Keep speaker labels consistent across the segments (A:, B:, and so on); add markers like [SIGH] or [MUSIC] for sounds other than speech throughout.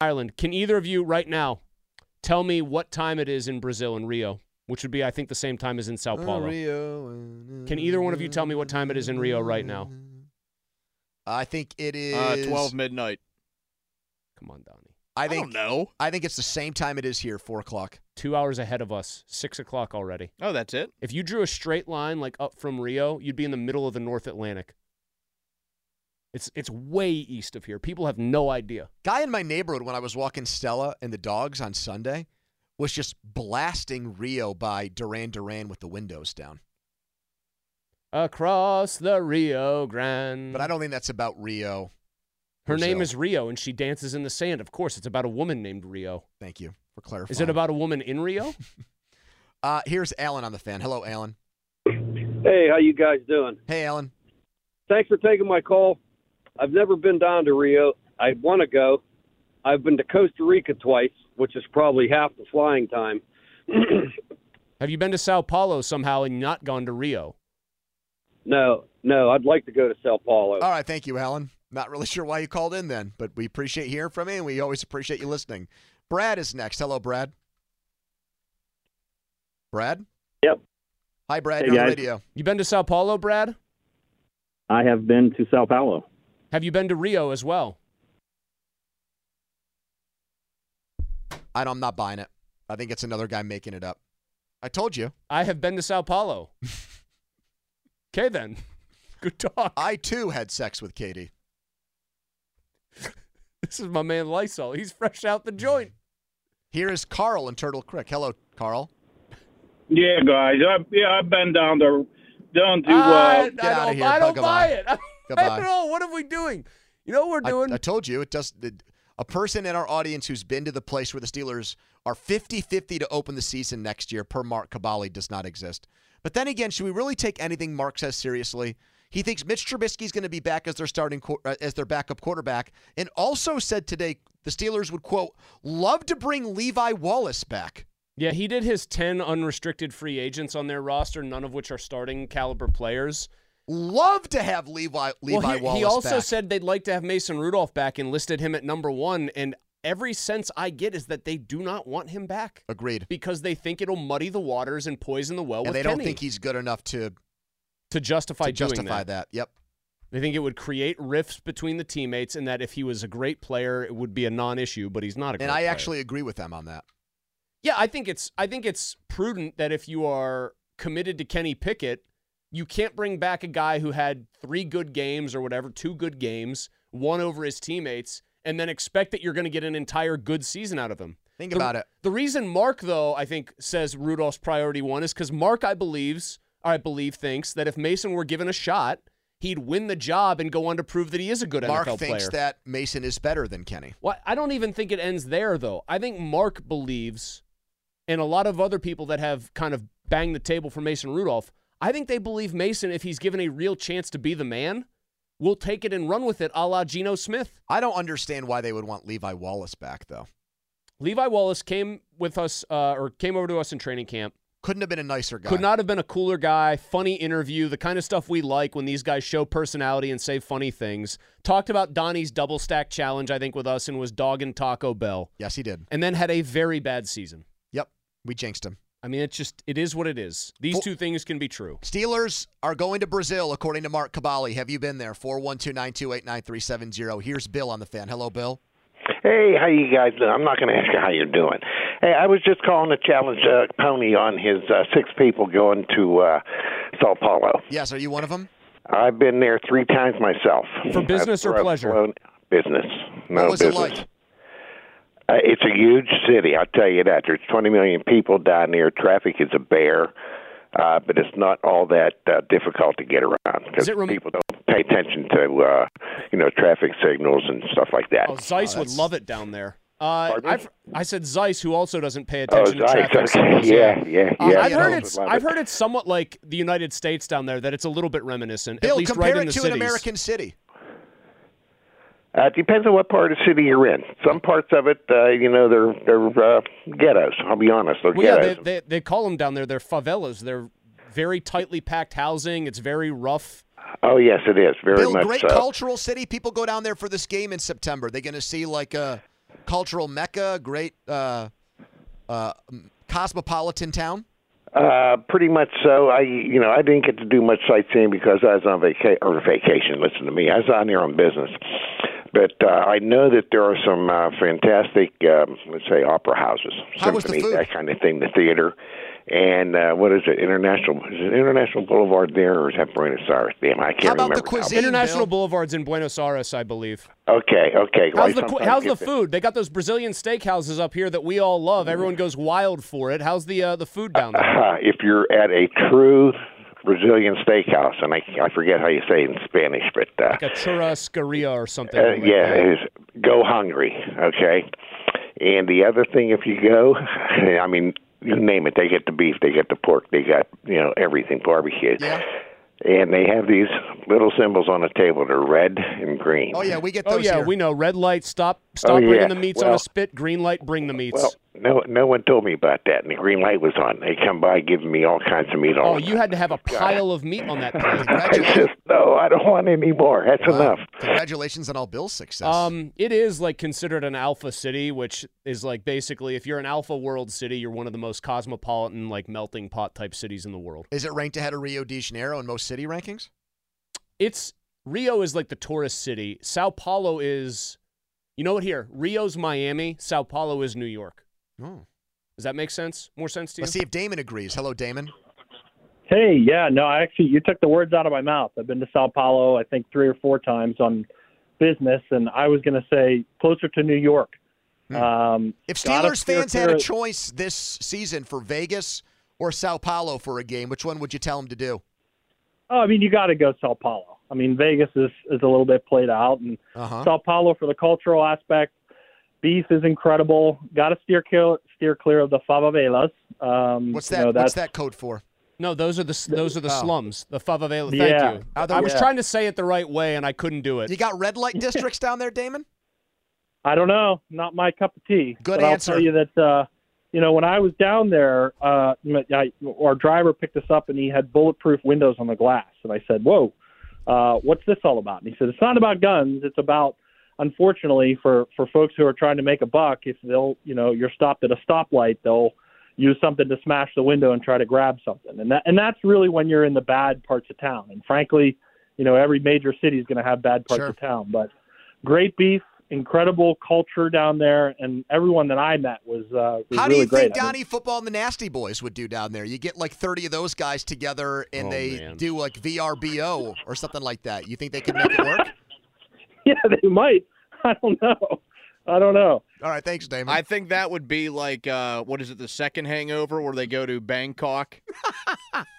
A: Ireland. Can either of you right now tell me what time it is in Brazil in Rio, which would be I think the same time as in Sao Paulo?
B: Rio. uh,
A: Can either one of you tell me what time it is in Rio right now?
B: I think it is
C: Uh, 12 midnight.
A: Come on, Donnie.
B: I
C: I,
B: think
C: don't know.
B: I think it's the same time it is here, four o'clock.
A: Two hours ahead of us. Six o'clock already.
C: Oh, that's it.
A: If you drew a straight line like up from Rio, you'd be in the middle of the North Atlantic. It's it's way east of here. People have no idea.
B: Guy in my neighborhood when I was walking Stella and the dogs on Sunday was just blasting Rio by Duran Duran with the windows down.
A: Across the Rio Grande.
B: But I don't think that's about Rio.
A: Mm. Her name
B: Brazil.
A: is Rio, and she dances in the sand. Of course, it's about a woman named Rio.
B: Thank you for clarifying.
A: Is it about a woman in Rio?
B: Uh, here's Alan on the fan. Hello, Alan.
D: Hey, how you guys doing?
B: Hey, Alan.
D: Thanks for taking my call. I've never been down to Rio. I want to go. I've been to Costa Rica twice, which is probably half the flying time. [CLEARS THROAT]
A: have you been to Sao Paulo somehow and not gone to Rio?
D: No, no, I'd like to go to Sao Paulo.
E: Oh.
B: All right, thank you, Alan. Not really [LAUGHS] sure why you called in then, but we appreciate hearing from you, and we always appreciate you listening. Brad is next. Hello, Brad. Brad?
E: Yep.
B: Hi, Brad.
E: Hey,
B: You're on the
E: guys.
B: radio.
A: You been to Sao Paulo, Brad?
E: I have been to Sao Paulo.
A: Have you been to Rio as well?
B: I don't, I'm not buying it. I think it's another guy making it up. I told you.
A: I have been to Sao
B: [LAUGHS]
A: Paulo. okay, then. [LAUGHS] Good talk.
B: I, too, had sex with Katie.
A: This is my man Lysol. He's fresh out the joint.
B: Here is Carl in Turtle Creek. Hello, Carl.
F: Yeah, guys. I, yeah, I've been down there, down to.
A: I, I
F: Uh,
A: don't,
B: Get outta here.
A: I don't
B: Bye,
A: buy
B: goodbye.
A: it. [LAUGHS] I don't
B: Goodbye.
A: at all. What are we doing? You know what we're
B: I-
A: doing?
B: I, told you it does. The, a person in our audience who's been to the place where the Steelers are 50-50 to open the season next year per Mark Cabali does not exist. But then again, should we really take anything Mark says seriously? He thinks Mitch Trubisky's going to be back as their starting quar- uh, as their backup quarterback, and also said today the Steelers would quote love to bring Levi Wallace back.
A: Yeah, he did his 10 unrestricted free agents on their roster, none of which are starting caliber players.
B: Love to have Levi Levi
A: well, he,
B: Wallace.
A: he also
B: back.
A: said they'd like to have Mason Rudolph back and listed him at number one. And every sense I get is that they do not want him back
B: agreed,
A: because they think it'll muddy the waters and poison the well
B: and
A: with
B: they don't
A: Kenny
B: think he's good enough to,
A: to justify
B: to
A: doing
B: justify
A: that.
B: that. Yep.
A: They think it would create rifts between the teammates, and that if he was a great player, it would be a non-issue. But he's not a. Great
B: And I
A: player.
B: actually agree with them on that.
A: Yeah, I think it's I think it's prudent that if you are committed to Kenny Pickett, you can't bring back a guy who had three good games or whatever, two good games, one over his teammates, and then expect that you're going to get an entire good season out of him.
B: Think
A: The-
B: about it.
A: The reason Mark though, I think says Rudolph's priority one is cuz Mark I believes or I believe thinks that if Mason were given a shot, he'd win the job and go on to prove that he is a good
B: Mark
A: NFL
B: thinks
A: player.
B: that Mason is better than Kenny.
A: Well, I don't even think it ends there, though. I think Mark believes, and a lot of other people that have kind of banged the table for Mason Rudolph, I think they believe Mason, if he's given a real chance to be the man, will take it and run with it a la Geno Smith.
B: I don't understand why they would want Levi Wallace back though.
A: Levi Wallace came with us, uh, or came over to us in training camp.
B: Couldn't have been a nicer guy.
A: Could not have been a cooler guy. Funny interview, the kind of stuff we like when these guys show personality and say funny things. Talked about Donnie's double stack challenge, I think, with us, and was dogging Taco Bell,
B: Yes, he did.
A: and then had a very bad season.
B: Yep, we jinxed him.
A: I mean, it's just it is what it is. These
B: Well-
A: two things can be true.
B: Steelers are going to Brazil, according to Mark Cabali. Have you been there? 412 928 9370. Here's Bill on the fan. Hello, Bill.
C: Uh, Hey, how you guys doing? I'm not going to ask you how you're doing. Hey, I was just calling to challenge uh, Pony on his uh, six people going to uh, Sao Paulo.
B: Yes, are you one of them?
C: I've been there three times myself.
A: For business
C: I've
A: or
C: flown-
A: pleasure?
C: flown- business. No
B: what was
C: business.
B: it like?
C: Uh, it's a huge city, I'll tell you that. There's 20 million people down there. Traffic is a bear, uh, but it's not all that uh, difficult to get around because
A: it rem-
C: people don't pay attention to, uh, you know, traffic signals and stuff like that.
A: Oh, Zeiss would love it down there. Uh,
C: Pardon me?
A: I've, I said Zeiss, who also doesn't pay
C: Oh,
A: attention to
C: Zeiss,
A: traffic
C: okay.
A: signals.
C: Yeah, yeah,
A: Uh,
C: yeah.
A: I've heard
C: Those
A: it's
C: would love
A: I've
C: it.
A: heard it's somewhat like the United States down there that it's a little bit reminiscent,
B: Bill,
A: at least
B: compare
A: right in
B: it
A: the
B: to
A: cities.
B: an American city.
C: Uh, it depends on what part of the city you're in. Some parts of it, uh, you know, they're they're uh, ghettos. I'll be honest, they're
A: Well, yeah,
C: ghettos.
A: they, they they call them down there. They're favelas. They're very tightly packed housing. It's very rough.
C: oh yes, it is very
B: Bill,
C: much
B: great
C: so.
B: cultural city. People go down there for this game in September. They're going to see like a cultural mecca, great uh, uh, cosmopolitan town.
C: Uh, pretty much so. I you know I didn't get to do much sightseeing because I was on vaca- or vacation. Listen to me, I was on here on business. But uh, I know that there are some uh, fantastic, um, let's say, opera houses,
B: How was the
C: symphony,
B: food?
C: that kind of thing, the theater, and uh, what is it, international? Is it International Boulevard there, or is that Buenos Aires? Damn, I can't
B: How about the
C: remember. now.
B: cuisine?
A: International
B: Bill?
A: Boulevard's in Buenos Aires, I believe.
C: Okay, okay. Well, I
A: How's the qu-
C: sometimes
A: how's
C: get
A: the food? They got those Brazilian steakhouses up here that we all
C: Mm-hmm.
A: love. Everyone goes wild for it. How's the uh, the food down there?
C: Uh, if you're at a true Brazilian steakhouse, and I, I forget how you say it in Spanish, but uh,
A: Like a churrascaria or something.
C: uh,
A: like
C: yeah,
A: that.
C: it is go hungry, okay. And the other thing, if you go, [LAUGHS] I mean, you name it, they get the beef, they get the pork, they got you know everything barbecued.
B: Yeah.
C: And they have these little symbols on the table. They're red and green.
B: Oh yeah, we get those.
A: Oh yeah,
B: here.
A: we know. Red light, stop, stop
C: Oh, yeah.
A: bringing the meats on a
C: Well-
A: spit. Green light, bring the meats.
C: Well, oh, no, no one told me about that, and the green light was on. They come by giving me all kinds of meat. all
A: oh,
C: the
A: you had to have a pile of meat on that
C: [LAUGHS]
A: plate.
C: I just no, I don't want any more. That's enough.
B: Congratulations on all Bill's success.
A: Um, it is like considered an alpha city, which is like basically if you're an alpha world city, you're one of the most cosmopolitan, like melting pot type cities in the world.
B: Is it ranked ahead of Rio de Janeiro in most city rankings?
A: It's Rio is like the tourist city. Sao Paulo is, you know what? Here, Rio's Miami. Sao Paulo is New York.
B: Oh.
A: Does that make sense? More sense to you?
B: Let's see if Damon agrees. Hello, Damon.
G: Hey, yeah, no, I actually, you took the words out of my mouth. I've been to Sao Paulo, I think, three or four times on business, and I was going to say closer to New York.
B: Hmm.
G: Um,
B: If
G: gotta
B: Steelers
G: steer
B: fans had a
G: clear-
B: choice this season for Vegas or Sao Paulo for a game, which one would you tell them to do?
G: Oh, I mean, you got to go Sao Paulo. I mean, Vegas is, is a little bit played out, and
B: Uh-huh.
G: Sao Paulo for the cultural aspect. Beef is incredible. Got to steer clear, steer clear of the favelas. Um,
B: What's
G: you
B: that?
G: know,
B: what's
G: that's-
B: that
A: [LAUGHS]
B: code for?
A: No, those are the s- those are the
B: Oh.
A: slums, the favela. Thank
G: Yeah.
A: you.
B: Are there-
A: I was
G: Yeah.
A: trying to say it the right way and I couldn't do it.
B: You got red light districts down there, Damon?
G: I don't know. Not my cup of tea.
B: Good
G: but
B: answer.
G: I'll tell you that, uh, you know, when I was down there, uh, m- I, our driver picked us up and he had bulletproof windows on the glass. And I said, Whoa, uh, what's this all about? And he said, It's not about guns. It's about, unfortunately, for, for folks who are trying to make a buck, if they'll, you know, you're stopped at a stoplight, they'll use something to smash the window and try to grab something. And that, and that's really when you're in the bad parts of town. And frankly, you know, every major city is going to have bad parts
B: Sure.
G: of town, but great beef, incredible culture down there, and everyone that I met was, uh, was
B: How do
G: really
B: you
G: great.
B: think
G: I mean,
B: Donnie Football and the Nasty Boys would do down there? You get like 30 of those guys together and
A: Oh,
B: they
A: man.
B: do like VRBO or something like that. You think they could make it work?
G: [LAUGHS] [LAUGHS] yeah, they might. [LAUGHS] I don't know. I don't know.
B: All right, thanks, Damon.
H: I think that would be like uh, what is it, the second hangover where they go to Bangkok?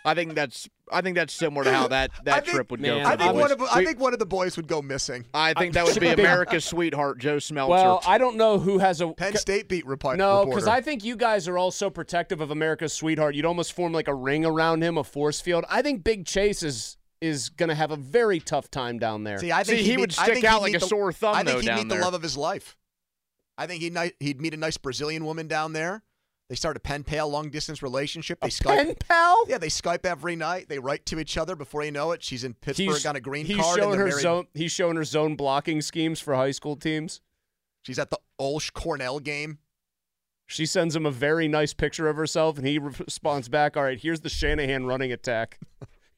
H: I think that's I think that's similar to how that,
B: I
H: that
B: think-
H: trip would
A: man,
H: go. for
B: I
H: the
B: think
H: boys.
B: one of I
H: We-
B: think one of the boys would go missing.
H: I think that would be America's sweetheart, Joe Smeltzer.
A: well, I don't know who has a
B: Penn State beat repi-
A: No,
B: reporter.
A: because I think you guys are all so protective of America's sweetheart. You'd almost form like a ring around him, a force field. I think Big Chase is is going to have a very tough time down there.
B: See, I think
H: See,
B: he'd
H: he would
B: meet- I
H: stick
B: think
H: out
B: he'd
H: like
B: meet
H: a
B: the-
H: sore thumb,
B: I think
H: though,
B: he'd
H: down
B: meet
H: there.
B: the love of his life. I think he'd ni- he'd meet a nice Brazilian woman down there. They start a pen pal long distance relationship. They Skype.
A: Pen pal.
B: Yeah, they Skype every night. They write to each other. Before you know it, she's in Pittsburgh on a green
A: he's
B: card. and
A: Showing
B: they're
A: her
B: married.
A: zone, he's showing her zone blocking schemes for high school teams.
B: She's at the Olsh Cornell game.
A: She sends him a very nice picture of herself, and he responds back, "All right, here's the Shanahan running attack.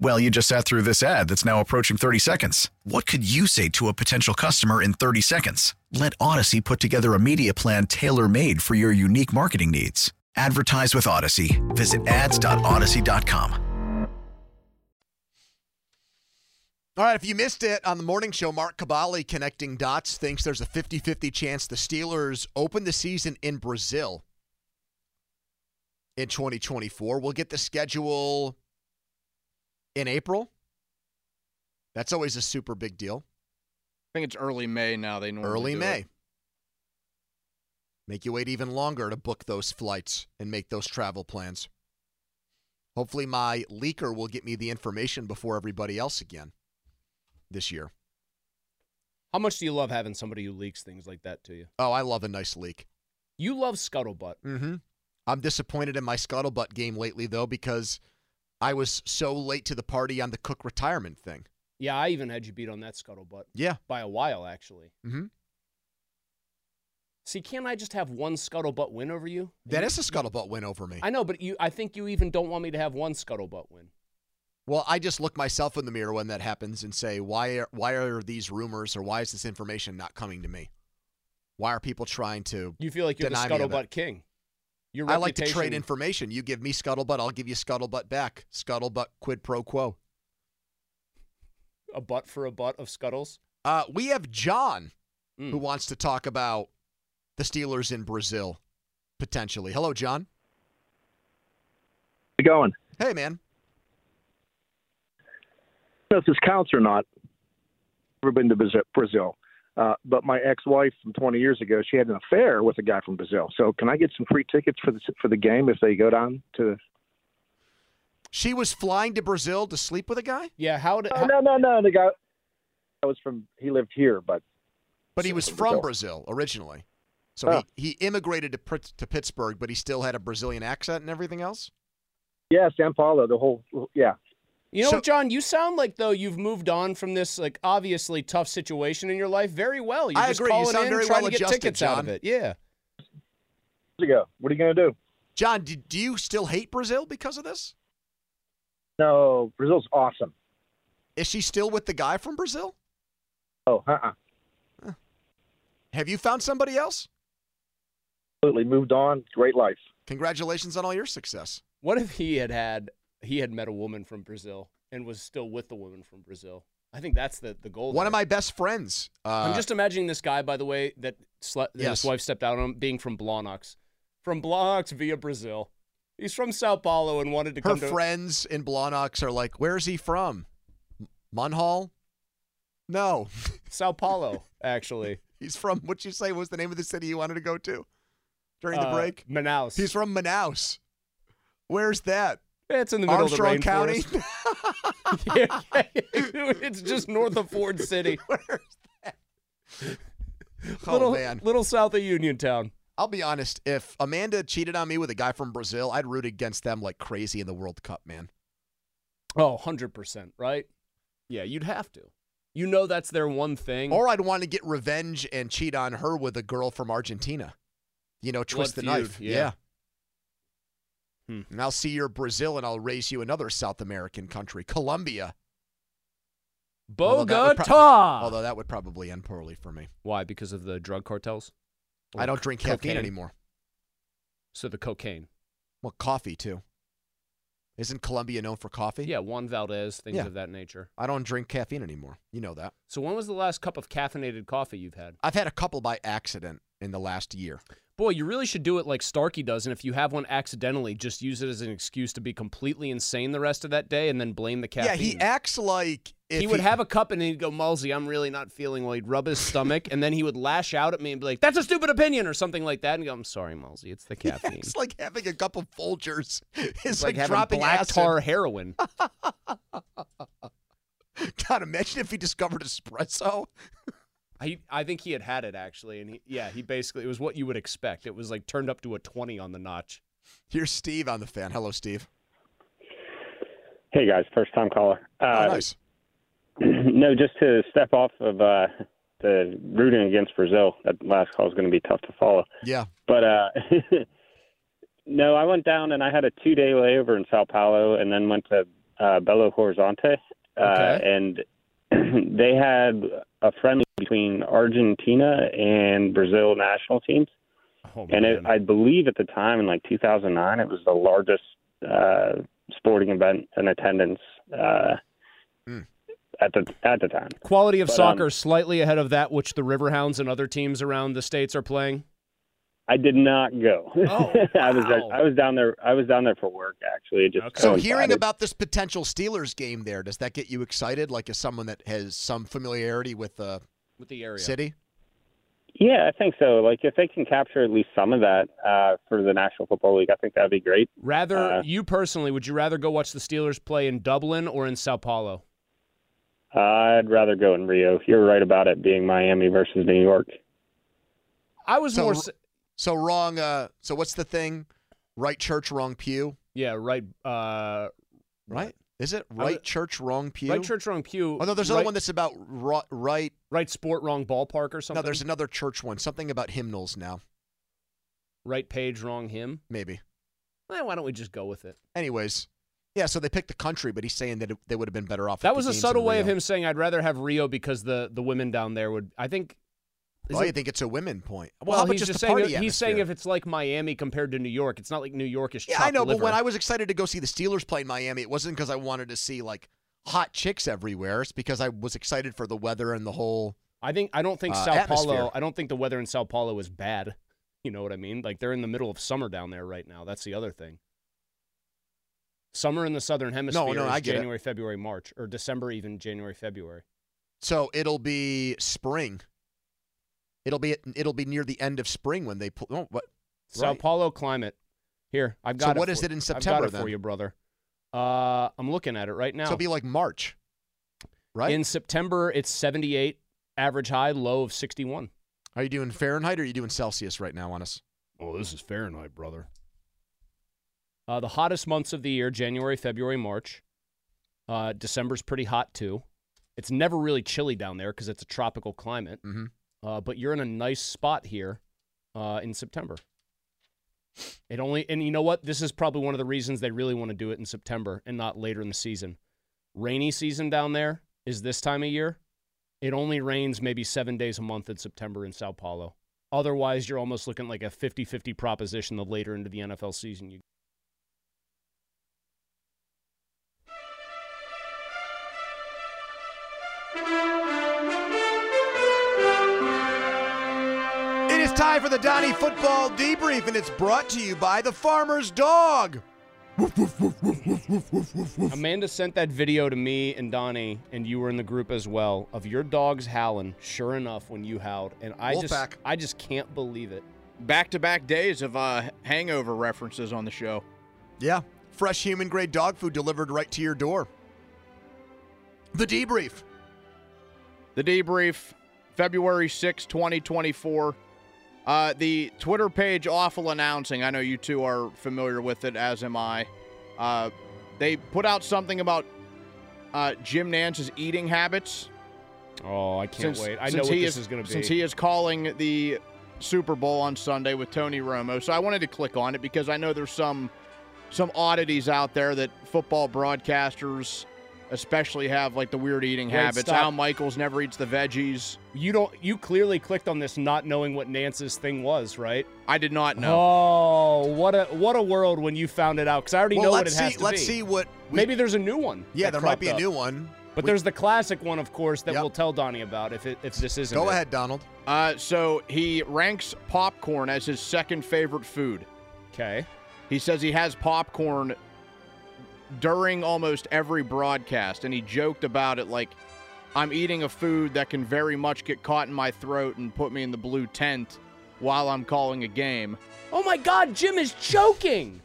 I: Well, you just sat through this ad that's now approaching 30 seconds. What could you say to a potential customer in 30 seconds? Let Odyssey put together a media plan tailor made for your unique marketing needs. Advertise with Odyssey. Visit ads.odyssey.com.
B: All right, if you missed it on the morning show, Mark Cabali connecting dots thinks there's a 50 50 chance the Steelers open the season in Brazil in 2024. We'll get the schedule in April. That's always a super big deal.
H: I think it's early May now. They normally
B: Early
H: do
B: May.
H: it.
B: Make you wait even longer to book those flights and make those travel plans. Hopefully, my leaker will get me the information before everybody else again this year.
A: How much do you love having somebody who leaks things like that to you?
B: Oh, I love a nice leak.
A: You love scuttlebutt.
B: Mm-hmm. I'm disappointed in my scuttlebutt game lately, though, because I was so late to the party on the Cook retirement thing.
A: Yeah, I even had you beat on that scuttlebutt.
B: Yeah.
A: By a while, actually.
B: Mm-hmm.
A: See, can't I just have one scuttlebutt win over you?
B: That is a scuttlebutt win over me.
A: I know, but you I think you even don't want me to have one scuttlebutt win.
B: Well, I just look myself in the mirror when that happens and say, why are why are these rumors or why is this information not coming to me? Why are people trying to?
A: You feel like you're
B: deny
A: the
B: me of it?
A: scuttlebutt king. Your
B: I like to trade
A: reputation-
B: information. You give me scuttlebutt, I'll give you scuttlebutt back. Scuttlebutt quid pro quo.
A: a butt for a butt of scuttles. Hmm.
B: Uh, we have John who wants to talk about the Steelers in Brazil potentially. Hello, John.
J: it going?
B: Hey, man.
J: I don't know if this counts or not. Never been to Brazil- Brazil, uh, but my ex-wife from 20 years ago, she had an affair with a guy from Brazil. So can I get some free tickets for the for the game if they go down to?
B: She was flying to Brazil to sleep with a guy.
A: Yeah, how did?
J: Oh, no, no, no. The guy I was from. He lived here, but
B: But he was from Brazil originally, so
J: Huh.
B: he, he immigrated to Prit- to Pittsburgh, but he still had a Brazilian accent and everything else.
J: yeah, San Paulo. The whole yeah.
A: You know, what, John, you sound like though you've moved on from this like obviously tough situation in your life very well. You're
B: I
A: just
B: agree. You
A: calling
B: sound
A: in
B: very
A: trying to
B: well
A: get
B: adjusted,
A: tickets out of
B: John.
A: it. Yeah.
J: Years ago, what are you gonna do?
B: John, do, do you still hate Brazil because of this?
J: No, Brazil's awesome.
B: Is she still with the guy from Brazil?
J: Oh, uh-uh.
B: Have you found somebody else?
J: Absolutely moved on. Great life.
B: Congratulations on all your success.
A: What if he had had he had met a woman from Brazil and was still with the woman from Brazil? I think that's the the goal.
B: One
A: there.
B: of my best friends. Uh,
A: I'm just imagining this guy, by the way, that, sle- that
B: Yes.
A: his wife stepped out on him, being from Blonox, from Blonox via Brazil. He's from Sao Paulo and wanted to
B: her
A: come to.
B: friends in Blonox are like, "Where is he from? M- Munhall? No, [LAUGHS]
A: Sao Paulo. Actually,
B: he's from what you say was the name of the city you wanted to go to [LAUGHS] during the
A: Uh,
B: break.
A: Manaus.
B: He's from Manaus. Where's that?
A: It's in the middle
B: Armstrong
A: of the
B: County.
A: rainforest.
B: [LAUGHS]
A: [LAUGHS] it's just north of Ford City.
B: [LAUGHS]
A: [LAUGHS]
B: Oh,
A: little,
B: man.
A: little south of Uniontown.
B: I'll be honest. If Amanda cheated on me with a guy from Brazil, I'd root against them like crazy in the World Cup, man.
A: Oh, 100%, right? Yeah, you'd have to. You know that's their one thing.
B: Or I'd want to get revenge and cheat on her with a girl from Argentina. You know, twist
A: Blood
B: the
A: feud,
B: knife.
A: yeah. Hmm.
B: And I'll see you're Brazil and I'll raise you another South American country, Colombia. Although that would
A: Bogota.
B: prob- although that would probably end poorly for me.
A: Why? Because of the drug cartels? Oh,
B: I don't drink caffeine
A: cocaine.
B: anymore.
A: So the cocaine.
B: Well, coffee too. Isn't Colombia known for coffee?
A: Yeah, Juan Valdez, things
B: Yeah.
A: of that nature.
B: I don't drink caffeine anymore. You know that.
A: So when was the last cup of caffeinated coffee you've had?
B: I've had a couple by accident in the last year.
A: Boy, you really should do it like Starkey does, and if you have one accidentally, just use it as an excuse to be completely insane the rest of that day, and then blame the caffeine.
B: Yeah, he acts like if
A: he would have a cup and he'd go, Mulsey, I'm really not feeling well. He'd rub his stomach and then he would lash out at me and be like, that's a stupid opinion or something like that. And go, I'm sorry, Mulsey, it's [LAUGHS]
B: [LAUGHS]
A: the caffeine.
B: It's like having a couple of Folgers. [LAUGHS] It's, like,
A: having
B: dropping
A: black
B: acid.
A: tar heroin.
B: [LAUGHS] God, imagine if he discovered espresso.
A: [LAUGHS] I, I think he had had it actually. And he, yeah, he basically, it was what you would expect. It was like turned up to a 20 on the notch.
B: Here's Steve on the fan. Hello, Steve.
G: Hey guys, first time caller. Uh,
B: Oh, nice.
G: [CLEARS THROAT] no, just to step off of uh, the rooting against Brazil. That last call is going to be tough to follow.
B: Yeah.
G: But uh, [LAUGHS] no, I went down and I had a two day layover in Sao Paulo, and then went to uh, Belo Horizonte, uh,
K: Okay.
G: and [CLEARS THROAT] they had a friendly between Argentina and Brazil national teams. and it, I believe at the time in like 2009, it was the largest uh, sporting event in attendance uh,
B: Hmm.
G: at the at the time.
A: Quality of
G: But, um,
A: soccer slightly ahead of that which the Riverhounds and other teams around the states are playing.
G: I did not go.
B: Oh,
G: [LAUGHS] I was I was down there. I was down there for work actually. It just
B: So hearing
G: coincided.
B: about this potential Steelers game there, does that get you excited? Like as someone that has some familiarity with the
A: with the area
B: city?
G: Yeah, I think so. Like if they can capture at least some of that uh, for the National Football League, I think that'd be great.
A: Rather,
G: Uh,
A: you personally, would you rather go watch the Steelers play in Dublin or in Sao Paulo?
G: I'd rather go in Rio. You're right about it being Miami versus New York.
A: I was
B: so,
A: more
B: so wrong. Uh, so what's the thing? Right church, wrong pew.
A: Yeah, right. Uh,
B: right? Is it
A: I
B: right
A: was-
B: church, wrong pew?
A: Right church, wrong pew.
B: Oh no, there's
A: right-
B: another one that's about ro- right.
A: Right sport, wrong ballpark, or something.
B: No, there's another church one. Something about hymnals now.
A: right page, wrong hymn.
B: Maybe.
A: Eh, why don't we just go with it?
B: Anyways, yeah. So they picked the country, but he's saying that it, they would have been better off.
A: That was a subtle way of him saying, "I'd rather have Rio because the the women down there would." I think. is
B: Oh,
A: it-
B: you think it's a women point? Well,
A: Well,
B: how about
A: he's
B: just the
A: saying
B: party
A: if- he's saying
B: atmosphere?
A: if it's like Miami compared to New York, it's not like New York is.
B: Yeah, I
A: chopped
B: know, but when
A: liver.
B: I was excited to go see the Steelers play in Miami, it wasn't because I wanted to see like hot chicks everywhere. It's because I was excited for the weather and the whole.
A: I think I don't think
B: uh,
A: Sao Paulo.
B: atmosphere.
A: I don't think the weather in Sao Paulo is bad. [LAUGHS] You know what I mean? Like they're in the middle of summer down there right now. That's the other thing. Summer in the southern hemisphere
B: no,
A: is
B: I get it.
A: January, February, March, or December, even January, February.
B: So it'll be spring. It'll be it'll be near the end of spring when they pl- oh, what
A: Sao
B: right.
A: Paulo climate. Here, I've got.
B: So what
A: what is
B: is it in September,
A: I've got it for
B: then?
A: you, brother. Uh, I'm looking at it right now.
B: So it'll be like March, right?
A: in September, it's 78, average high, low of 61.
B: Are you doing Fahrenheit or are you doing Celsius right now on us?
A: Oh, this is Fahrenheit, brother. Uh, the hottest months of the year: January, February, March. Uh, December's pretty hot too. It's never really chilly down there because it's a tropical climate.
B: Mm-hmm.
A: Uh, but you're in a nice spot here uh, in September. It only and you know what? This is probably one of the reasons they really want to do it in September and not later in the season. Rainy season down there is this time of year. It only rains maybe seven days a month in September in Sao Paulo. Otherwise, you're almost looking like a 50 50 proposition the later into the NFL season you
B: It is time for the Donnie Football Debrief, and it's brought to you by the Farmer's Dog.
A: Amanda sent that video to me and Donnie, and you were in the group as well, of your dogs howling. Sure enough, when you howled, and I just,
L: Wolfpack.
A: I just can't believe it.
L: Back to back days of uh, hangover references on the show.
B: Yeah, fresh human grade dog food delivered right to your door. The debrief.
L: The debrief, February sixth, 2024. Uh, the Twitter page Awful Announcing, I know you two are familiar with it, as am I. Uh, they put out something about uh, Jim Nance's eating habits.
A: Oh, I can't wait. I know what
L: he
A: this is going to be.
L: Since he is calling the Super Bowl on Sunday with Tony Romo, so I wanted to click on it because I know there's some some oddities out there that football broadcasters especially have like the weird eating
A: Wait,
L: habits.
A: stop.
L: Al Michaels never eats the veggies.
A: you don't, you clearly clicked on this not knowing what Nance's thing was, right?
L: I did not know.
A: Oh, what a what a world when you found it out, because I already
B: Well,
A: know what it
B: let's
A: has
B: see-
A: to
B: let's
A: be.
B: see what we-
A: Maybe there's a new one.
B: Yeah,
A: that
B: there might
A: cropped
B: be a
A: up.
B: new one.
G: But there's the classic one, of course, that we'll tell Donnie about if it, if this isn't.
A: Go
G: it.
A: ahead,
B: Donald.
A: Uh, so he ranks popcorn as his second favorite food.
G: Okay.
A: He says he has popcorn during almost every broadcast, and he joked about it like, I'm eating a food that can very much get caught in my throat and put me in the blue tent while I'm calling a game.
G: Oh my God, Jim is choking.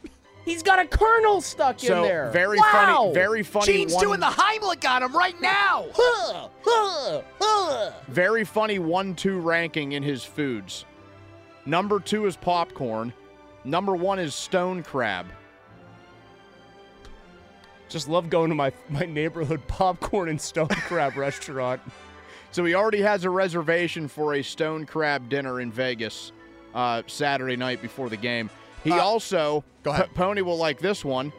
G: He's got a kernel stuck
A: So,
G: in there.
A: very
G: Wow.
A: funny- very funny Gene's one- doing the
B: Heimlich on him right now.
A: Very funny one two ranking in his foods. Number two is popcorn. Number one is stone crab.
G: Just love going to my my neighborhood [LAUGHS] popcorn and stone [LAUGHS] crab restaurant.
A: So he already has a reservation for a stone crab dinner in Vegas uh, Saturday night before the game. He
G: Uh,
A: also, P- Pony will like this one,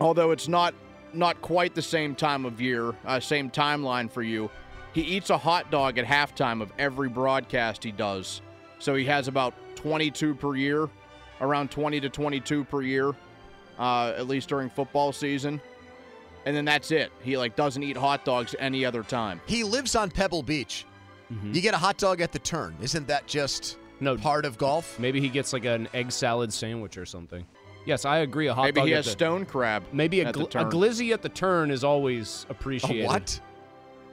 A: although it's not not quite the same time of year, uh, same timeline for you. He eats a hot dog at halftime of every broadcast he does. So he has about 22 per year, around 20 to 22 per year, uh, at least during football season. And then that's it. He like doesn't eat hot dogs any other time.
B: He lives on Pebble Beach. You get a hot dog at the turn. Isn't that just
G: Mm-hmm. no
B: part of golf?
G: Maybe he gets like an egg salad sandwich or something. Yes, I agree. A hot
A: Maybe
G: dog.
A: he
G: at
A: has
G: the-
A: stone crab.
G: Maybe a,
A: at the
G: gl- a
A: turn.
G: glizzy at the turn is always appreciated.
A: A what?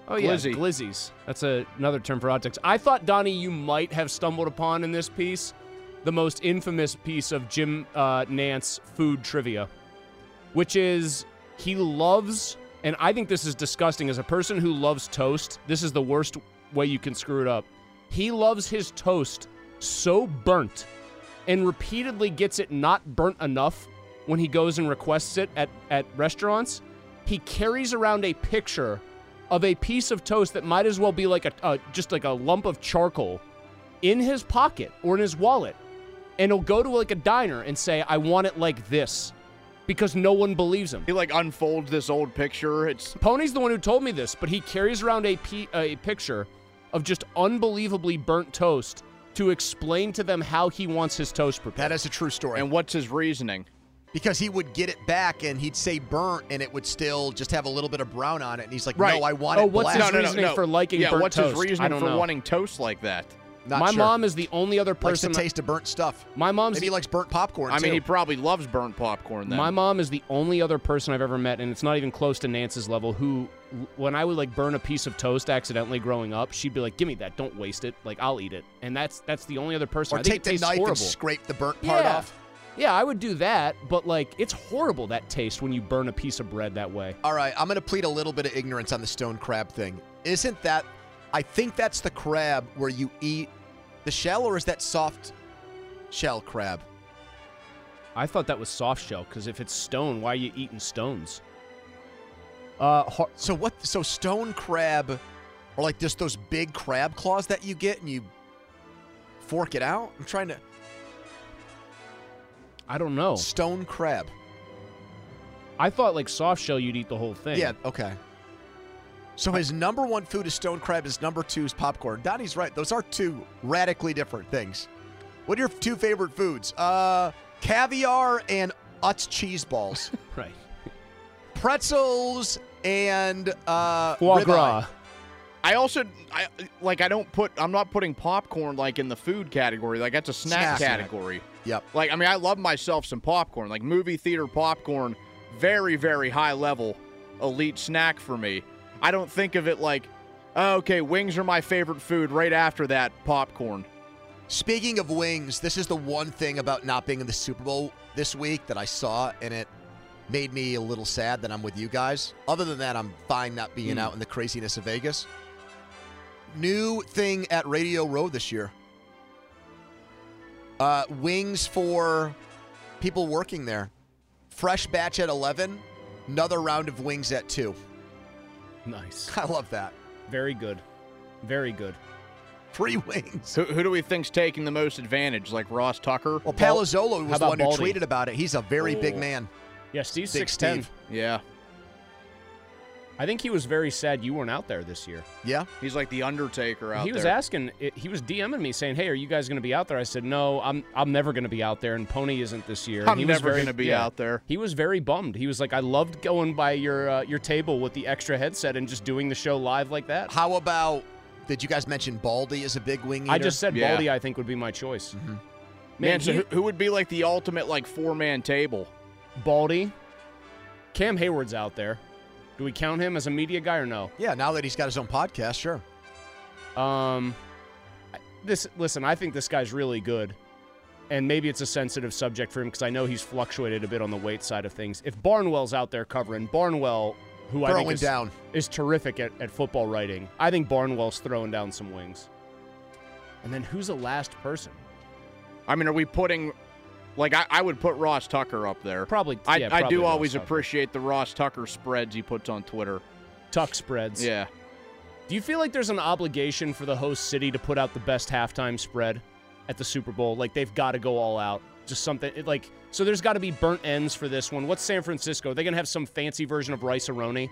G: Oh yeah,
A: Glizzy.
G: glizzies. That's a, another term for hot dogs. I thought Donnie, you might have stumbled upon in this piece the most infamous piece of Jim uh, Nance food trivia, which is he loves, and I think this is disgusting. As a person who loves toast, this is the worst way you can screw it up. He loves his toast so burnt, and repeatedly gets it not burnt enough when he goes and requests it at at restaurants. He carries around a picture of a piece of toast that might as well be like a, a just like a lump of charcoal in his pocket or in his wallet and he'll go to like a diner and say i want it like this because no one believes him
A: he like unfolds this old picture it's
G: pony's the one who told me this but he carries around a, p- a picture of just unbelievably burnt toast to explain to them how he wants his toast prepared
B: that is a true story
A: and what's his reasoning
B: Because he would get it back and he'd say burnt and it would still just have a little bit of brown on it. And he's like, no, I
G: Oh,
B: want it black.
A: No, no, no, no. yeah, what's his reasoning for wanting toast like that?
G: my mom is the only other
A: Likes the
G: person
A: taste
B: of burnt stuff
G: my mom's
B: Maybe he likes burnt popcorn.
A: I mean,
B: too.
A: he probably loves burnt popcorn. Then
G: My mom is the only other person I've ever met, and it's not even close to Nance's level, who, when I would like burn a piece of toast accidentally growing up, she'd be like, "Give me that! Don't waste it! Like I'll eat it." And that's that's the only other person.
B: or
G: I
B: take
G: think it
B: the
G: tastes
B: knife
G: horrible.
B: and scrape the burnt part
G: yeah.
B: off.
G: Yeah, I would do that, but like it's horrible that taste when you burn a piece of bread that way.
B: All right, I'm going to plead a little bit of ignorance on the stone crab thing. Isn't that, I think that's the crab where you eat the shell, or is that soft shell crab?
G: I thought that was soft shell because if it's stone, why are you eating stones? Uh,
B: so what? So stone crab, or like just those big crab claws that you get and you fork it out? I'm trying to.
G: I don't
A: Oh.
G: know.
B: Stone crab.
G: I thought like soft shell, you'd eat the whole thing.
B: Yeah, okay. So his number one food is stone crab, his number two is popcorn. Donnie's right. Those are two radically different things. What are your two favorite foods? Uh caviar and Utz cheese balls.
G: [LAUGHS] right.
B: Pretzels and uh ribeye.
A: I also, I like, I don't put, I'm not putting popcorn like in the food category. Like that's a snack,
B: Snack.
A: category.
B: Yep.
A: Like I mean, I love myself some popcorn. Like movie theater popcorn, very very high level, elite snack for me. I don't think of it like, oh, okay, wings are my favorite food. Right after that, popcorn.
B: Speaking of wings, this is the one thing about not being in the Super Bowl this week that I saw, and it made me a little sad that I'm with you guys. Other than that, I'm fine not being
M: Hmm.
B: out in the craziness of Vegas. New thing at Radio Row this year uh, wings for people working there. Fresh batch at 11, another round of wings at 2.
G: Nice.
B: [LAUGHS] I love that.
G: Very good. Very good.
B: Three wings.
A: Who, who do we think's taking the most advantage? Like Ross Tucker?
B: Well, Palazzolo was the one who tweeted about it. He's a very big man.
G: Yeah, Steve's
B: Big 6'10". Steve.
A: Yeah. I think he was very sad you weren't out there this year.
B: Yeah,
H: he's like the Undertaker out
A: he was
H: there.
A: asking. He was DMing me saying, "Hey, are you guys going to be out there?" I said, "No, I'm. I'm never going to be out there, and Pony isn't this year." And
H: I'm
A: he was
H: never
A: very-
H: gonna be
A: yeah.
H: out there.
A: He was very bummed. He was like, "I loved going by your uh, your table with the extra headset and just doing the show live like that."
B: How about? Did you guys mention Baldy is a big wing? Eater?
A: I just said Baldy. I think would be my choice. Man,
H: Man, so
A: he-
H: who, who would be like the ultimate like four man table?
A: Baldy, Cam Hayward's out there. Do we count him as a media guy or no?
B: Yeah, now that he's got his own podcast, sure.
A: Um, I- this listen, I think this guy's really good, and maybe it's a sensitive subject for him because I know he's fluctuated a bit on the weight side of things. If Barnwell's out there covering Barnwell, who I think
B: Throwing
A: is,
B: down.
A: is terrific at, at football writing, I think Barnwell's throwing down some wings. And then who's the last person?
H: I mean, are we putting like I, I would put Ross Tucker up there?
A: Probably.
H: I,
A: yeah,
H: I
A: probably
H: do
A: Ross
H: always
A: Tucker.
H: appreciate the Ross Tucker spreads he puts on Twitter.
A: Tuck spreads.
H: Yeah.
A: Do you feel like there's an obligation for the host city to put out the best halftime spread at the Super Bowl? Like they've got to go all out. Just something it, like so. There's got to be burnt ends for this one. What's San Francisco? Are they gonna have some fancy version of rice aroni?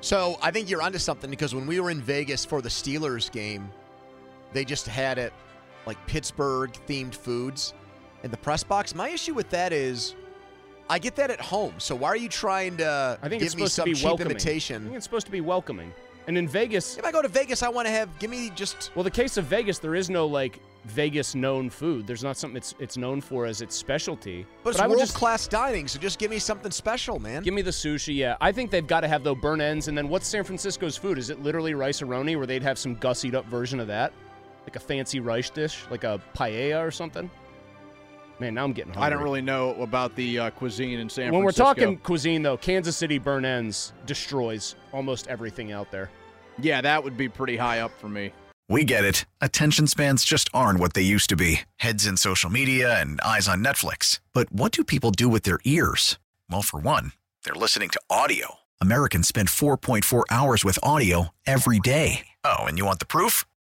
B: So I think you're onto something because when we were in Vegas for the Steelers game, they just had it like Pittsburgh themed foods in the press box. My issue with that is I get that at home. So why are you trying to
A: I think
B: give
A: it's
B: me
A: supposed
B: some
A: to be
B: cheap
A: welcoming. I
B: imitation?
A: think it's supposed to be welcoming. And in Vegas,
B: if I go to Vegas, I want to have give me just
A: well, the case of Vegas, there is no like Vegas known food. There's not something it's it's known for as its specialty.
B: But it's
A: I would
B: world
A: just
B: class dining, so just give me something special, man.
A: Give me the sushi, yeah. I think they've got to have though burn ends, and then what's San Francisco's food? Is it literally rice aroni, where they'd have some gussied up version of that, like a fancy rice dish, like a paella or something? Man, now I'm getting hungry.
H: I don't really know about the uh, cuisine in San
A: When we're
H: Francisco.
A: talking cuisine, though, Kansas City burn ends destroys almost everything out there.
H: yeah, that would be pretty high up for me.
I: We get it. Attention spans just aren't what they used to be heads in social media and eyes on Netflix. But what do people do with their ears? Well, for one, they're listening to audio. Americans spend 4.4 hours with audio every day. Oh, and you want the proof?